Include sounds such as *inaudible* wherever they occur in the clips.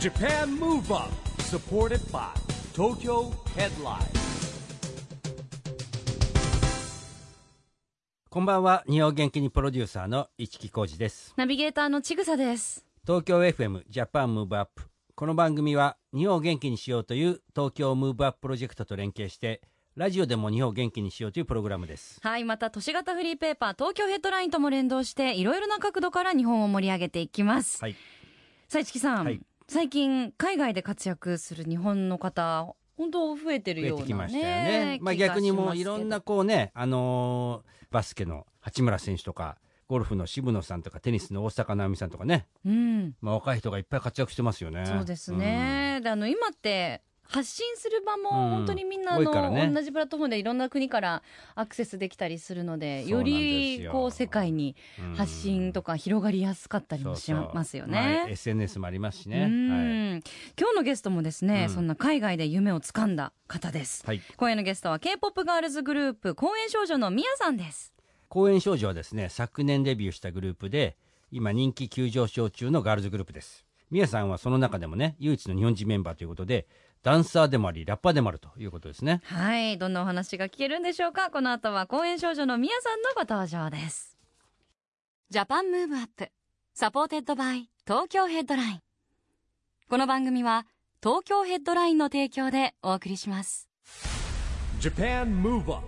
JAPAN MOVE UP SUPPORTED BY TOKYO HEADLINE こんばんは日本元気にプロデューサーの市木浩司ですナビゲーターのちぐさです。東京 FM ジャパンムーブアップこの番組は日本を元気にしようという東京ムーブアッププロジェクトと連携してラジオでも日本を元気にしようというプログラムですはい、また都市型フリーペーパー東京ヘッドラインとも連動していろいろな角度から日本を盛り上げていきます。はいさいちきさん、はい最近海外で活躍する日本の方、本当増えてる増えようてなきまね。したよねまあ気がしす逆けどにもういろんな。こうねあのーバスケの八村選手とかゴルフの渋野さんとかテニスの大坂なおみさんとかね、うん、まあ、若い人がいっぱい活躍してますよねそうですね。であの今って発信する場もうん本当にみんなあ多いからの、ね同じプラットフォームでいろんな国からアクセスできたりするので、そうなよんですよりこう世界にうん発信とか広がりやすかったりもしますよね。そうそうまあ SNS もありますしねうはいん今日のゲストもですね、うんそんな海外で夢をつかんだ方です、はい今夜のゲストは K-POP ガールズグループ公演少女のみやさんです公演少女はですね昨年デビューしたグループで今人気急上昇中のガールズグループですみやさんはその中でもね唯一の日本人メンバーということでダンサーでもありラッパーでもあるということですねはいどんなお話が聞けるんでしょうかこの後は公演少女のみやさんのご登場ですジャパンムーブアップサポーテッドバイ東京ヘッドラインこの番組は東京ヘッドラインの提供でお送りします JAPAN MOVE UP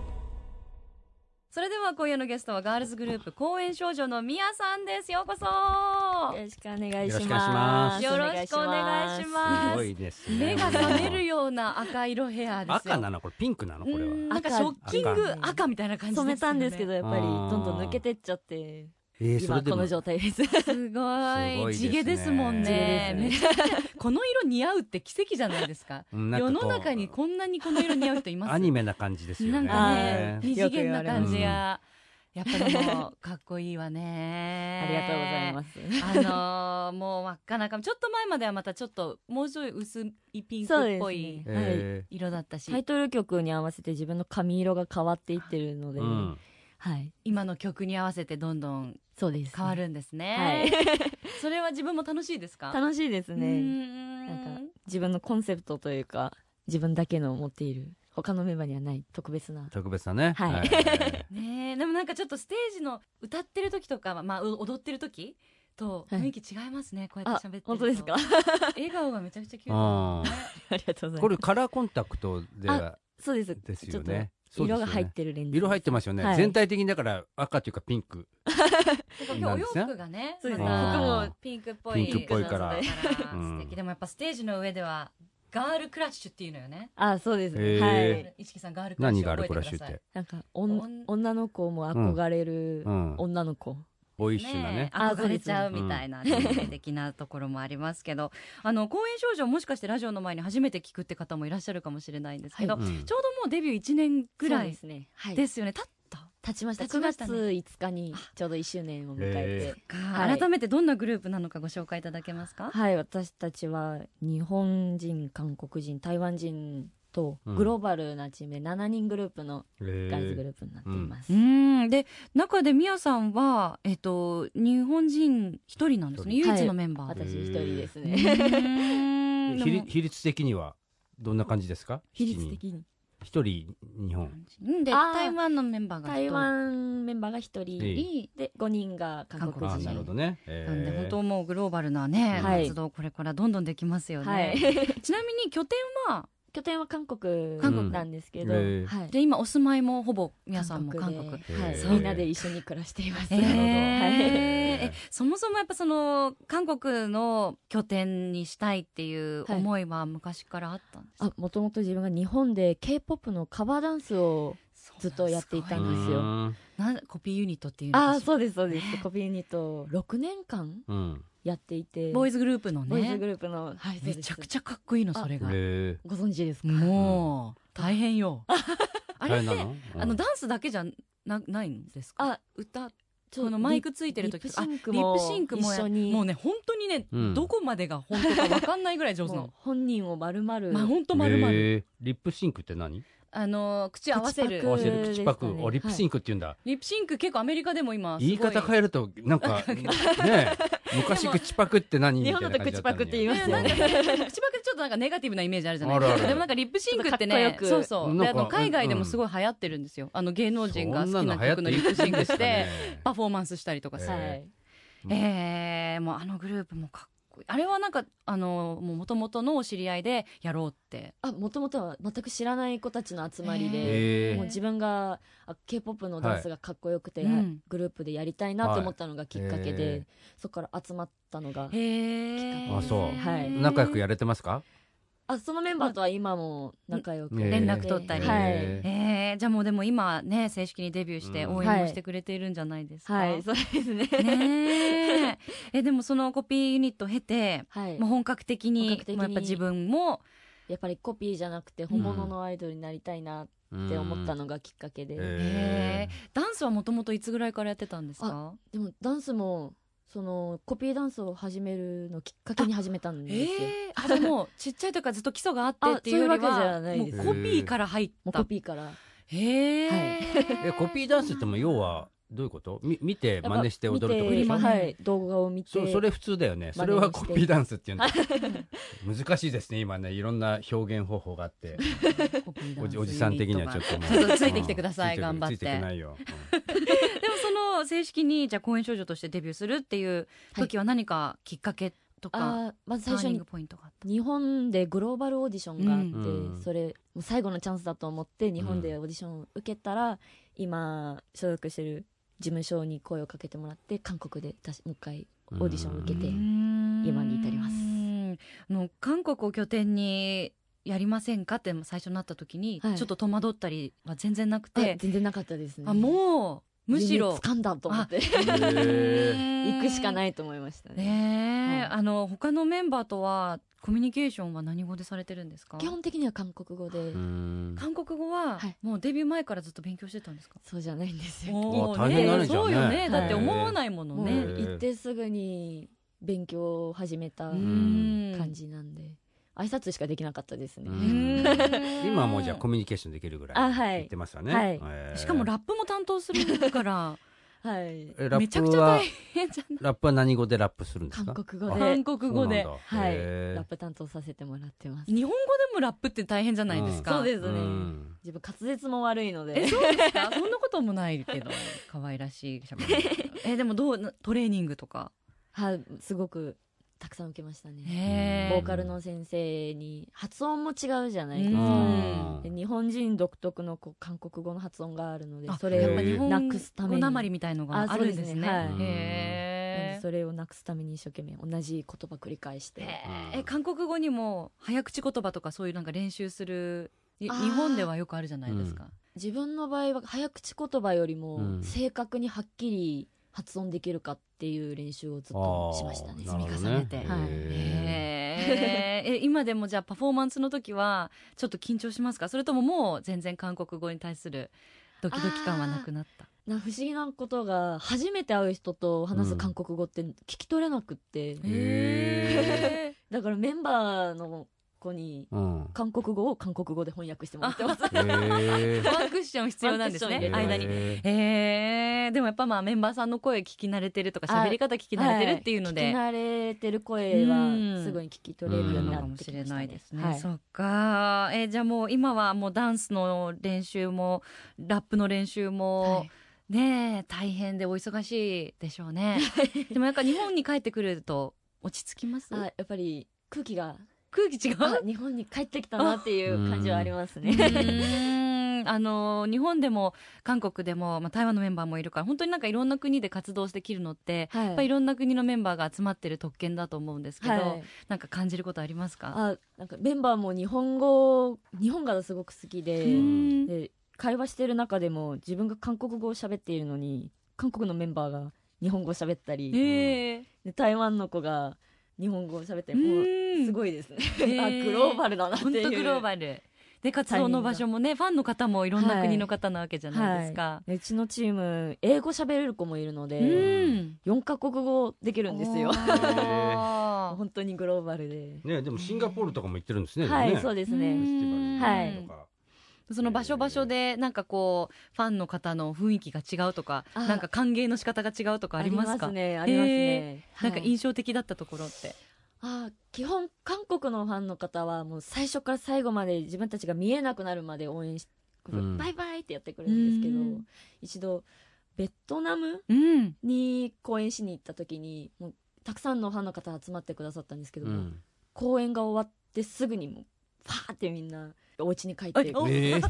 それでは今夜のゲストはガールズグループ公演少女のみやさんですようこそよろしくお願いよろしくしお願いしまますす。よろしくお願いしすますごいですね目が覚めるような赤色ヘアですよ赤なのこれピンクなのこれはうんなんかショッキング赤赤みたいな感じですよ染ねめたんですけど、やっぱりあーどんどん抜けてっちゃって、えーそれ今でこもの状態ですす。ごいすごいですね地毛ですもんね地毛めちゃくちゃこの色似合うって奇跡じゃないですかうんなんか世こうの中にこんなにこの色似合う人いますアニメな感じですよねなんかねはい二次元な感じがやっぱりもうかっこいいわあねりがとうございます。あのーもう真っ赤な髪ちょっと前まではまたちょっともうちょい薄いピンクっぽいそうですねはいえ色だったし、タイトル曲に合わせて自分の髪色が変わっていってるのーで、うんはい、今の曲に合わせてどんどんそうです。変わ。るんですはねい、、それは自分も楽しいですか楽しい *laughs* ですね。ねなんか自分のコンセプトというか、自分だけの持っている他のメンバーにはない特別な。特別だねはい *laughs* ねえでもなんかちょっとステージの歌ってる時とか、まあ、う踊ってる時とはい雰囲気違いますね、こうやっあて喋ってる、と本当ですか。 *laughs* 笑顔がめちゃくちゃキューあト、ねー、ありがとうございます。これカラーコンタクトではそうです。ですちょよっとねそうですよ色ねが入ってるレンズ。色入ってますよね、はい全体的にだから赤というかピンクてか今日お洋服がねそうですねまあーた服もピンクっぽいピンクっぽいからだからうん素敵でもやっぱステージの上ではガールクラッシュっていうのよね、あ、そうですへね。ーはい。一木さんガールクラッシ何ュがあ覚るえこらしてくゅだっさてい、なんかおんおん女の子も憧れるうん、女の子、ボーイッシュなねねえ憧れちゃうみたいなそうですね年齢的なところもありますけど、あの公演少女もしかしてラジオの前に初めて聞くって方もいらっしゃるかもしれないんですけど、はうんちょうどもうデビュー1年ぐらそういですね、はい、ですよね、経った経ちました経ちましたね9月5日にちょうど1周年を迎えて、か、はい改めてどんなグループなのかご紹介いただけますか、はい私たちは日本人韓国人台湾人とうんグローバルなチームで7人グループのガガールーズグループになっています、うんで中でミヤさんは、えっと、日本人一人なんですね一人唯一のメンバーで、私一人ですうね、ん比率比率的にはどんな感じですか *laughs* 比率的に一人日本うんであー台湾のメンバーが一人台湾メンバーが1人にで5人が韓国あー韓国人なるほ人どね、なんで本えー当もうグローバルなね、はい活動これからどんどんできますよね、はいちなみに拠点は拠点は韓国韓国なんですけど、うんへーはいで今お住まいもほぼ皆さんも韓国ではいへーみんなで一緒に暮らしています、えーなるほどえそもそもやっぱその韓国の拠点にしたいっていう思いは昔からあったんですか、あもともと自分が日本で k p o p のカバーダンスをずっとやっていたそんうですようんなんなんコピーユニットっていうのかしらあーそうですそうですコピーユニットを6年間うんやっていてボーイズグループのボーイズねグループの、はい、めちゃくゃちゃかっこいいのあそれがえご存知ですかもう大変よあーれ大っ変てなのうんあのダンスだけじゃなないんですかあ歌ちょこのマイクついてるリッ時とプかシあンクもリップシンクもや一緒にもうね本当にね、うんどこまでが本当か分かんないぐらい上手な *laughs* もうの本人を丸々、まあ本当まるまるえーリップシンクって何あのー口合わせる口合わせるです口ねパク、はいおリップシンクって言うんだ、 *laughs* リップシンク結構アメリカでも今すご言い方変えるとなんかねえ昔口パクって何みた日いな本感だじとだった口パクって言いますよねね。口パクでちょっとなんかネガティブなイメージあるじゃないであすかるあるでもなんかリップシンクってちょっねとかっこよくそうそうでなあんのか海外でもすごい流行ってるんですよあの芸能人が好きな曲のリップシンクしてパフォーマンスしたりとかえさーはい。うんえー、もうあのグループもかっこいいあれはなんかあのもともとのお知り合いでやろうってあ、もともとは全く知らない子たちの集まりで、えもう自分があ K-POP のダンスがかっこよくて、はいうんグループでやりたいなと思ったのがきっかはけで、いへーそこから集まったのが、へえあそうはい仲良くやれてますかあ、そのメンバーとは今も仲良く、ね連絡取ったりはい。えー、じゃあもうでも今ね正式にデビューしてうん応援もしてくれているんじゃないですか、はい、そうですね。ねええでもそのコピーユニットを経て、はいもう。本格的に本格的にもうやっぱ自分もやっぱりコピーじゃなくて本物のアイドルになりたいなって思ったのがきっかけで、えダンスはもともといつぐらいからやってたんですかでもダンスもそのコピーダンスを始めるのきっかけに始めたんですよ、えー、あじゃあもうちっちゃい時からずっと基礎があってっていうよりあそういうわけじはゃないもうですコピーから入っもうたコピーからへえ、えコピーダンスっても要はどういうことみ見て真似して踊るってことやでっしぱょ見てはい動画を見てそそれ普通だよねそれはコピーダンスって言うんだ難しいですね今ねいろんな表現方法があ *laughs* ってコピーダおンスじユニットがおじさん的にはちょっともうちょっとついてきてくださいうん頑張ってついてくないよでもその正式にじゃあ公演少女としてデビューするっていう時は何かきっかけとか、あーまずター最初ニンにグポイントがあった日本でグローバルオーディションがあって、うんうんそれもう最後のチャンスだと思って日本でオーディションを受けたら、今所属してる事務所に声をかけてもらって韓国で出しもう一回オーディションを受けて、う今に至りますあの韓国を拠点にやりませんかって最初になった時に、はいちょっと戸惑ったりは全然なくあて全然なかったですねあもうむしろ掴んだと思っへてー行くしかいないと思いましたねねえ、うんあの他のメンバーとはコミュニケーションは何語でされてるんですか基本的には韓国語で、うん韓国語は、はいもうデビュー前からずっと勉強してたんですかそうじゃないんですよおー大変だねじゃあそねうよねだってはい思わないものもうね、へえ行ってすぐに勉強を始めたん感じなんで、挨拶しかできなかったですね、うん *laughs* 今今はもうじゃあコミュニケーションできるぐらあいはい言ってますよね、はいえーしかもラップも担当するからはいえラめッちゃくプちゃは大変じゃないラップは何語でラップするんですか韓国語で韓国語でそうなんはだいへーラップ担当させてもらってます日本語でもラップって大変じゃないですか、そうですね、うん自分滑舌も悪いのえでそうですかそんなこともないけど可愛らしいしゃべり *laughs* えでもどうなトレーニングとかはいすごくたくさん受けましたねへボうえーカルの先生に発音も違うじゃないですうか、んで日本人独特のこう韓国語の発音があるのであそへーれやっをぱ日本なくすために語なまりみたいのがあるんですそうねあですねはいなんへでそれをなくすために一生懸命同じ言葉繰り返して、ええ韓国語にも早口言葉とかそういうなんか練習するいあー日本ではよくあるじゃないですか、自分の場合は早口言葉よりうもん正確にはっきり発音できるかっていう練習をずっとしましたねあーなるほど積み重ねてへはいーへーえ今でもじゃあパフォーマンスの時はちょっと緊張しますかそれとももう全然韓国語に対するドキドキ感はなくなったな不思議なことが初めて会う人と話す韓国語って聞き取れなくって、ーへだからメンバーの子にうん韓国語を韓国語で翻訳してもらって *laughs* ますへーワンクッション必要なんですワンクねッション間にへーへーでもやっぱまあメンバーさんの声聞き慣れてるとかあ喋り方聞き慣れてるっていうので、は聞き慣れてる声はすぐに聞き取れるようになかっもてしきれましたないですね。はいそっか、えーじゃあもう今はもうダンスの練習もラップの練習も、はいねえ大変でお忙しいでしょうね。でもなんか日本に帰ってくると落ち着きます。あやっぱり空気 *laughs* が空気違う。あ日本に帰ってきたなっていう感じはありますうね。ーんあの日本でも韓国でも、まあ、台湾のメンバーもいるから本当になんかいろんな国で活動してきるのって、はいやっぱいろんな国のメンバーが集まってる特権だと思うんですけど、はい、なんか感じることありますかあなんかメンバーも日本語日本がすごく好きで,、うーんで会話してる中でも自分が韓国語を喋っているのに韓国のメンバーが日本語を喋ったり、ええで台湾の子が日本語を喋ってうもーんうすごいですね、へーあグローバルだなって本いう当グローバルで活動の場所もねファンの方もいろんな国の方なわけじゃないですか、うちのチーム英語喋れる子もいるのうでん4カ国語できるんですよおー本当にグローバルで、ねでもシンガポールとかも行ってるんですねはでいもねそうですうねフェスんティバルとかはいとか *laughs* その場所場所でなんかこうファンの方の雰囲気が違うとかあなんか歓迎の仕方が違うとかありますかありますね、ありますね。なんかはい印象的だったところって、あー基本、韓国のファンの方は、もう最初から最後まで自分たちが見えなくなるまで応援し、うんバイバイってやってくれるんですけど、うん一度、ベトナムうんに公演しに行った時に、もうたくさんのファンの方集まってくださったんですけど、うん公演が終わってすぐにもう、ファーってみんな、お家に帰って、おええ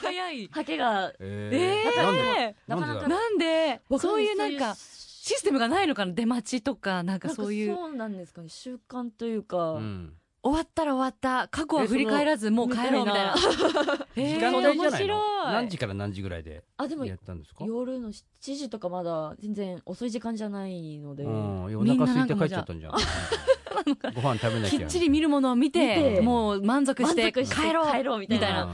早いハケが、えええーなんでなかなんでだろなかなんでわかそういうなないんかシステムがないのかな出待ちとかなんかなんかそういうそうなんですかね、習慣というか、うん終わったら終わった過去は振り返らずもう帰ろうみたいなみ時え間帯じゃないの面白い何時から何時ぐらいであ、でもやったんですか夜の7時とかまだ全然遅い時間じゃないので、うん、おみん腹な空いて帰っちゃったんじゃん。ご飯食べなききゃ。っちり見るものを見て見てもう満足満して足して帰ろう帰ろうみたみいたいななな。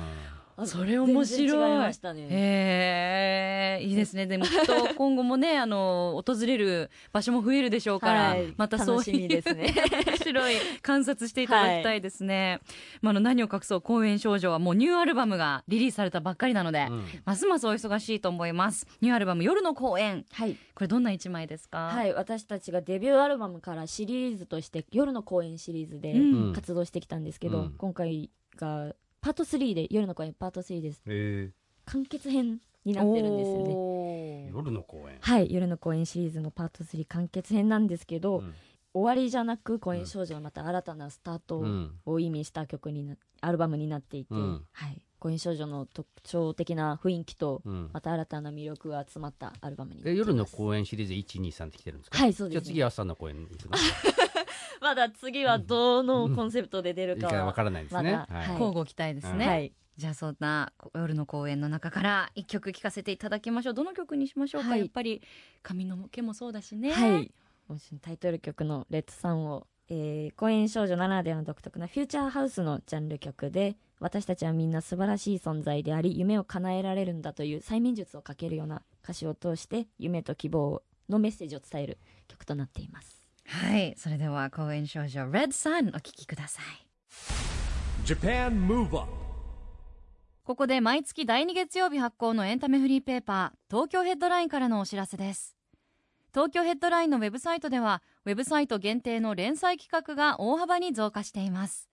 あそれ面白い全然違いましたねへえいいですねでもきっと今後も *laughs* ねあの訪れる場所も増えるでしょうから、はいまたそういう楽しみですね *laughs* 面白い観察していただきたいですね、まあ、あの何を隠そう公演少女はもうニューアルバムがリリースされたばっかりなので、うんますますお忙しいと思いますニューアルバム夜の公演はい、これどんな一枚ですかはい、私たちがデビューアルバムからシリーズとして夜の公演シリーズでうん活動してきたんですけど、うん今回がパート3で夜の公演パート3ですえ完結編になってるんですよねえね夜の公演。はい夜の公演シリーズのパート3完結編なんですけど、うん終わりじゃなく公演少女はまた新たなスタートをうんを意味した曲になアルバムになっていて、うんはい、コイン少女の特徴的な雰囲気と、うんまた新たな魅力が詰まったアルバムになってえいます夜の公演シリーズ一二三って来てるんですか。はいそうですねじゃあ次朝の公演に行くの。まだ次はどのコンセプトで出るいいかかは、わからないですね。まだははいい交互期待ですね、はい、じゃあそんな夜の公演の中から一曲聴かせていただきましょうどの曲にしましょうか、はいやっぱり髪の毛もそうだしねはい、もしタイトル曲の「レッドサンを」えー、コイン少女ならではの独特なフューチャーハウスのジャンル曲で私たちはみんな素晴らしい存在であり夢を叶えられるんだという催眠術をかけるような歌詞を通して夢と希望のメッセージを伝える曲となっていますはいそれでは公演少女 Red Sun お聴きください Japan Move Up ここで毎月第2月曜日発行のエンタメフリーペーパー東京ヘッドラインからのお知らせです東京ヘッドラインのウェブサイトではウェブサイト限定の連載企画が大幅に増加しています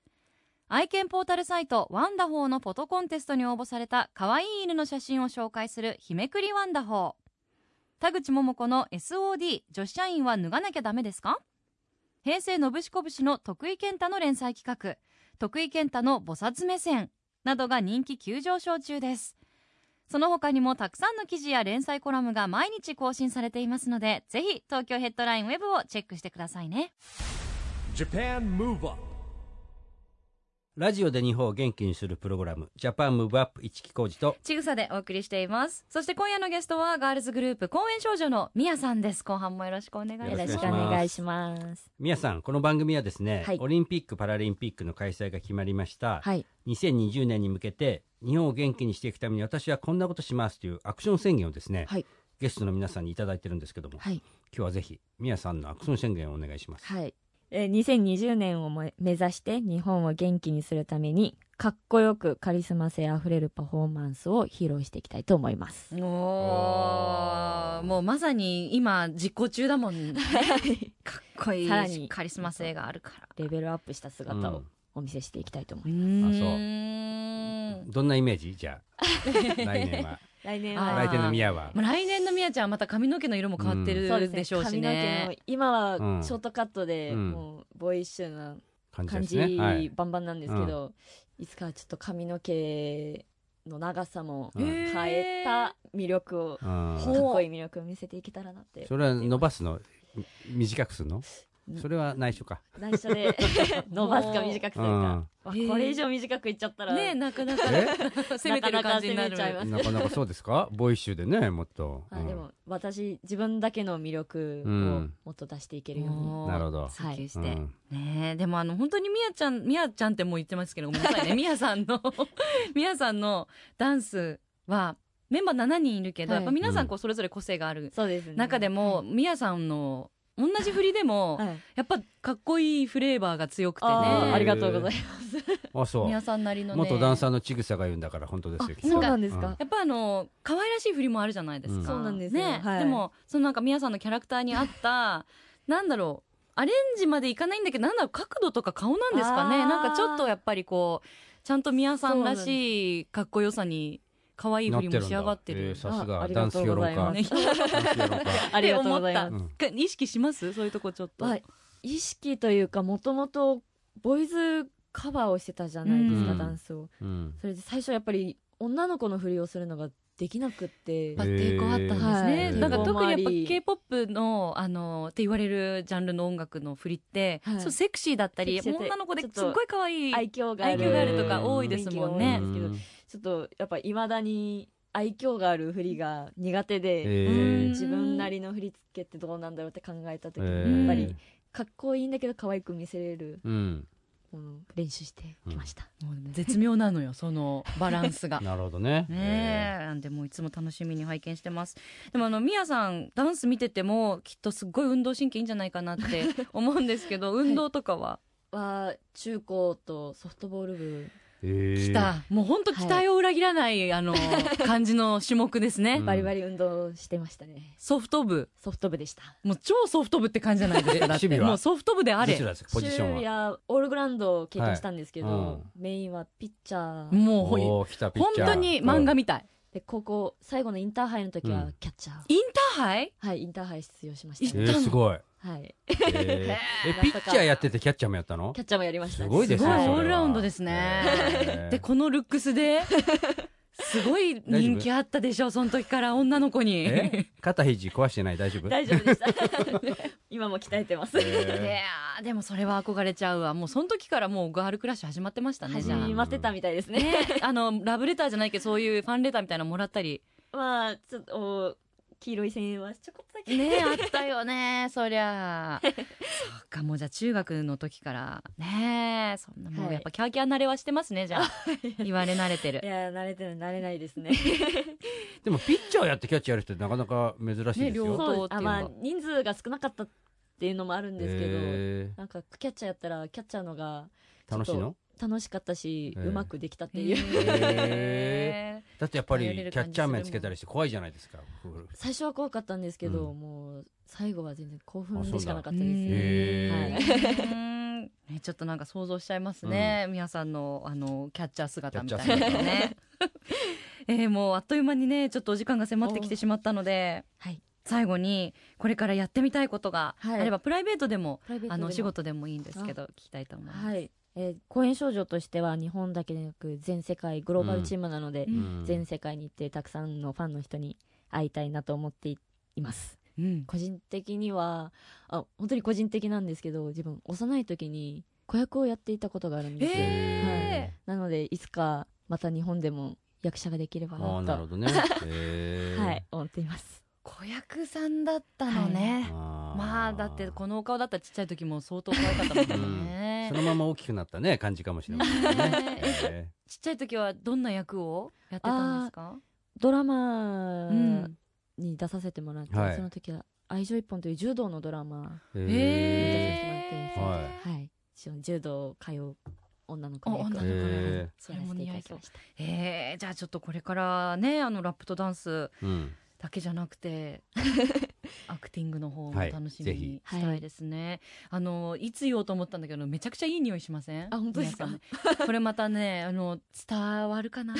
愛犬ポータルサイトワンダホーのフォトコンテストに応募された可愛い犬の写真を紹介する日めくりワンダホー田口桃子の SOD 女子社員は脱がなきゃダメですか平成のぶしこぶしの徳井健太の連載企画徳井健太の菩薩目線などが人気急上昇中ですその他にもたくさんの記事や連載コラムが毎日更新されていますのでぜひ東京ヘッドラインウェブをチェックしてくださいね Japan Move Up ラジオで日本を元気にするプログラム、ジャパンムーブアップ一木工事と。ちぐさでお送りしていますそして今夜のゲストはガールズグループ公演少女のみやさんです後半もよろしくお願いしますよよろろししくくおお願願いいします。皆さん、この番組はですね、はいオリンピック・パラリンピックの開催が決まりました。はい。 2020年に向けて日本を元気にしていくために私はこんなことしますというアクション宣言をですね、はいゲストの皆さんにいただいてるんですけども、はい。今日はぜひみやさんのアクション宣言をお願いします。はい。えー、2020年をも目指して日本を元気にするために、かっこよくカリスマ性あふれるパフォーマンスを披露していきたいと思います。おーもうまさに今実行中だもんねかっこいいさらにカリスマ性があるから *laughs* レベルアップした姿うをんお見せしていきたいと思いうます。ーんどんなイメージじゃ *laughs* あ来年は来年はあー来年のみやはもう来年のみやちゃんはまた髪の毛の色も変わってそうでるすね。でしょうし髪の毛ねも。今うんはショートカットで、うんもうボーイッシュな感じ感ですじ、ね。はい、バンバンなんですけど、いつかはちょっと髪の毛の長さもうん変えた魅力をうんかっこいい魅力を見せていけたらなってそれは伸ばすのみ短くするのうんそれは内緒か。内緒で *laughs* 伸ばすか短くするか、わへえこれ以上短くいっちゃったら、ねえなか *laughs* なかえ *laughs* *laughs* 攻めてる感じになる。なかなか攻めちゃいますなかなかそうですかボーイッシュでねもっと。あでうんも私自分だけの魅力をうんもっと出していけるように、もうなるほど追求して、うんねえでもあの本当にみやちゃんみやちゃんってもう言ってますけどごめんな *laughs* さいねみやさんの *laughs* みやさんのダンスはメンバー7人いるけど、はいやっぱ皆さんこうそれぞれ個性があるそうですね中でも、みやさんの同じ振りでも、はいやっぱかっこいいフレーバーが強くてあーねありがとうございます。 *laughs* あそう皆さんなりのね元ダンサーのちぐさが言うんだから本当ですよあそうなんですかうんやっぱあの可愛らしい振りもあるじゃないですか、うんそうなんですよね、はいでもそのなんか皆さんのキャラクターに合った *laughs* なんだろうアレンジまでいかないんだけどなんだろう角度とか顔なんですかあねーなんかちょっとやっぱりこうちゃんと宮さんらしいかっこよさに可愛い振りも仕上がってなるってるんださすがあありダンがスとう評ご論ざいま家 *laughs* すダンス評論家ありがとうございますう。ん意識しますそういうとこちょっと、まあ、意識というかもともとボイズカバーをしてたじゃないですか、うんダンスをうんそれで最初やっぱり女の子のふりをするのができなくっやてっぱ抵抗あったんですね、へーなんか特にやっぱはい k p o p のあのって言われるジャンルの音楽の振りって、はいそうセクシーだったりセクシーだったり女の子でちょっすとっごい可愛い愛嬌があ愛る嬌があるとか多いですもんね雰囲気が多いんですけどちょっとやっぱいまだに愛嬌があるふりが苦手へで、ー自分なりの振り付けってどうなんだろうって考えた時にへやーっぱりかっこいいんだけど可愛く見せれるうんものを練習してきました、もう絶妙なのよそのバランス *laughs* がなるほどねねえなんでもういつも楽しみに拝見してますでもあのミヤさんダンス見ててもきっとすっごい運動神経いいんじゃないかなって *laughs* 思うんですけど運動とかは、は中高とソフトボール部えー来たもう本当期待を裏切らない、あの感じの種目ですね、うんバリバリ運動してましたねソフト部ソフト部でしたもう超ソフト部って感じじゃないですかえだっ守備てはもうソフト部でどあれちらですかポジショシューンはやオールグラウンドを経験したんですけど、はいうんメインはピッチャーもうほいおー来たピッ本チャー当に漫画みたい、で高校最後のインターハイの時うはんキャッチャー、インターハイはいインターハイ出場しまうしたんえね、ーすごいはい、 *laughs* えーえピッチャーやっててキャッチャーもやったのキャッチャーもやりましたすごいですすごねそいれはオールラウンドですねへーでこのルック *laughs* スですごい人気あったでしょその時から女の子にえ肩肘壊してない大丈夫大丈夫でした *laughs* 今も鍛えてますいやえーでもそれは憧れちゃうわもうその時からもうガールクラッシュ始まってましたねじ始ゃあまってたみたいですねね、あのラブレターじゃないけどそういうファンレターみたいなのもらったり *laughs* まあちょっとお黄色い線はちょこっとだけねあったよねそりゃそうかもうじゃあ中学の時からねそんなもはういやっぱキャーキャー慣れはしてますねじ *laughs* ゃあ言われ慣れてるいや慣れてる慣れないですねーでもピッチャーやってキャッチャーやる人ってなかなか珍しいですね両よ方そうあまっていうのがあ人数が少なかったっていうのもあるんですけど、えなんかキャッチャーやったらキャッチャーのがー楽しいの楽しかったし、えーうまくできたっていう、へだってやっぱ頼れりるキャ感ッじチャー面つけたりして怖いじゃないですか最初は怖かったんですけど、うもう最後は全然興あ奮そうだでしかなかーったですねへーはい、うん *laughs* ねちょっとなんか想像しちゃいますね、皆さんのあのキャッチャー姿みたいなのね *laughs* えーもうあっという間にねちょっとお時間が迫ってきてしまったのではい、最後にこれからやってみたいことがあはいれば、プライベートでもプライベートあでものお仕事でもいいんですけど聞きたいと思います、はい、えー、公演少女としては日本だけでなく全世界グローバルチームなので、うん全世界に行ってたくさんのファンの人に会いたいなと思っていますうん、個人的にはあ本当に個人的なんですけど自分幼い時に子役をやっていたことがあるんですよ、えなのでいつかまた日本でも役者ができればああななるほとどねへーはい思っています子役さんだったのね、あーまあだってこのお顔だったらちっちゃい時も相当可愛かったもんねそ *laughs* のまま大きくなったね感じかもしれません *laughs* ねねえへちっちゃい時はどんな役をやってたんですかドラマうんに出させてもらって、はいその時は「愛情一本」という柔道のドラマーへーに出させてもらってます、はい一緒柔道を通う女の子あの役女のを子の役へーそやれらも似合いせていただきそうましたえー、じゃあちょっとこれからねあのラップとダンス *laughs* うんだけじゃなくてアクティングの方もはい楽しぜみひにしたいですね、あのいつ言おうと思ったんだけどめちゃくちゃいい匂いしませんあ本当ですか皆さんねこれまたねあの伝わるかな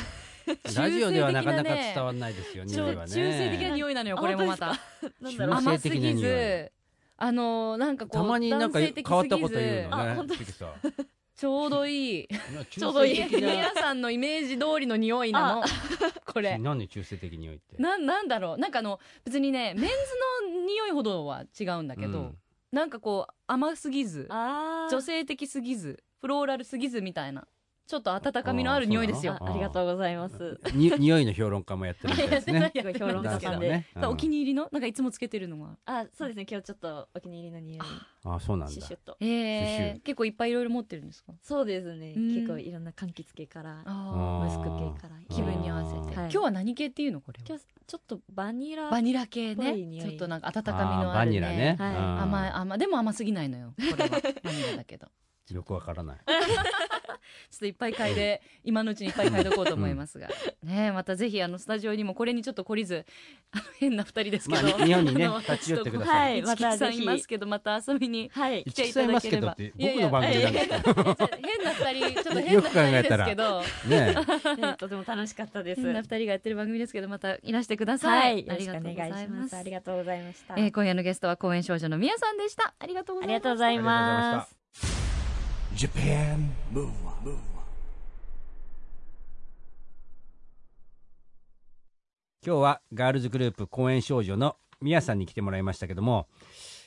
ラジオではなかなか伝わらるないですよね中はね性的な匂いなのよこれもまたなんだだろうろう中甘性す的な匂いぎずあのなんかこうたまになんか男性変的わっすぎたずこと言うのねあ本当ピキさんちょうどいい *laughs* ちょうどいい皆さんのイメージ通りの匂いなの *laughs* これ何で中性的においってななんだろうなんかあの別にねメンズの匂いほどは違うんだけど、 *laughs* うんなんかこう甘すぎずあー女性的すぎずフローラルすぎずみたいなちょっと温かみのある匂いですよあーありがとうございます。に *laughs* 匂いの評論家もやってるみたいです *laughs* *laughs* ね。やってない評論家さんで男性のねお気に入りのなんかいつもつけてるのがあ、そうですね。今日ちょっとお気に入りの匂いうんあ、そうなんだ。シュシュッと。えー、結構いっぱいいろいろ持ってるんですかそうですね。うん結構いろんな柑橘系から、ああーマスク系から、気分に合わせて、今はい日は何系っていうのこれ今は日ちょっとバニラバニラ系ぽいね匂ちいょっとなんか温あかみのあるねーバニラね。はいうん甘い甘いでも甘すぎないのよこれはバニラだけどよくわから *laughs* ない。ちょっといっぱい嗅いで今のうちにいっぱい嗅いどこうと思いますが、ねえまたぜひあのスタジオにもこれにちょっと懲りずあの変な二人ですけまあど、に日本にねあの立ち寄ってくださいちょっとはいまたぜはいまたぜひひいますけどまた遊びには来い一てい木さたんいまだすけけれどばって僕の番組なんですかいやいや変な二人ちょっと変よなく考え二人たですらけどねえ。ねとても楽しかったです。変な二は人がやってる番組ですけどまたいらしてください、い、よろしくお願いありがとしうござます。ありがとうございました。えー今夜のゲストは公演少女のみやさんでしたありがとうごあざいまりがしたとうございます。 Japan Move Up, 今日はガールズグループ公演少女のミヤさんに来てもらいましたけども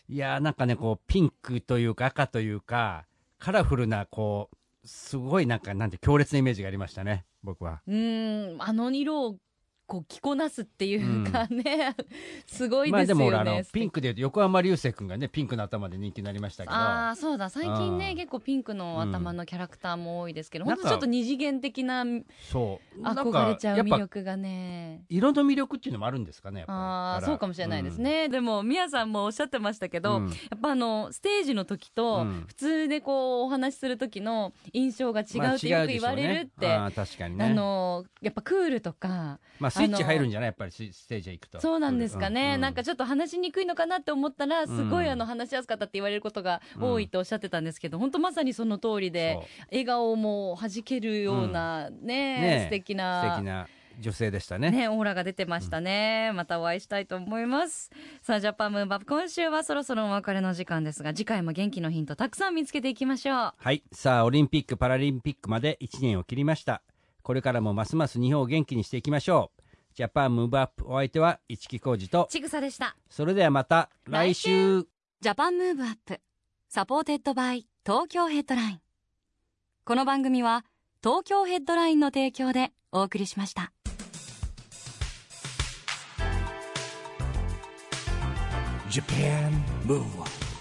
いやーなんかねこうピンクというか赤というかカラフルなこうすごいなんかなんて強烈なイメージがありましたね僕は。うーんあの色をこう着こなすっていうかね、 *laughs* すごいまあですでよね、も俺あのピンククでいうと横浜流星君がねピンクの頭で人気になりましたけどああそうだ最近うねん結構ピンクの頭のキャラクターも多いですけど、なほんん、か本当ちょっと二次元的なそうなん憧れかちゃうやっ魅ぱ力がね色の魅力っていうのもあるんですかねやっぱりああだらそうかもしれないですね、でもみやさんもおっしゃってましたけど、うんやっぱあのステージの時うとん普通でこうお話しする時の印象が違まあうってよく言われるっ違うでしょうねて、ああー確かにねのやっぱクールとかまあスイッチ入るんじゃないやっぱりスステージへ行くとそうなんですかね、なんかょちょっと話しにくいのかなって思ったら、すごいあの話しやすかったって言われることが多いとおっしゃってたんですけど、本当まさにその通りで、笑顔も弾けるようなね、ねえ素敵素敵な。な女性でしたねね、オーラが出てましたね、またお会いしたいと思いますさあジャパンムーバップ今週はそろそろお別れの時間ですが次回も元気のヒントたくさん見つけていきましょうはいさあオリンピック・パラリンピックまで1年を切りましたこれからもますます日本を元気にしていきましょうジャパンムーブアップお相手は市木浩二とちぐさでしたそれではまた来週ジャパンムーブアップサポーテッドバイ東京ヘッドラインこの番組は東京ヘッドラインの提供でお送りしました Japan Move Up.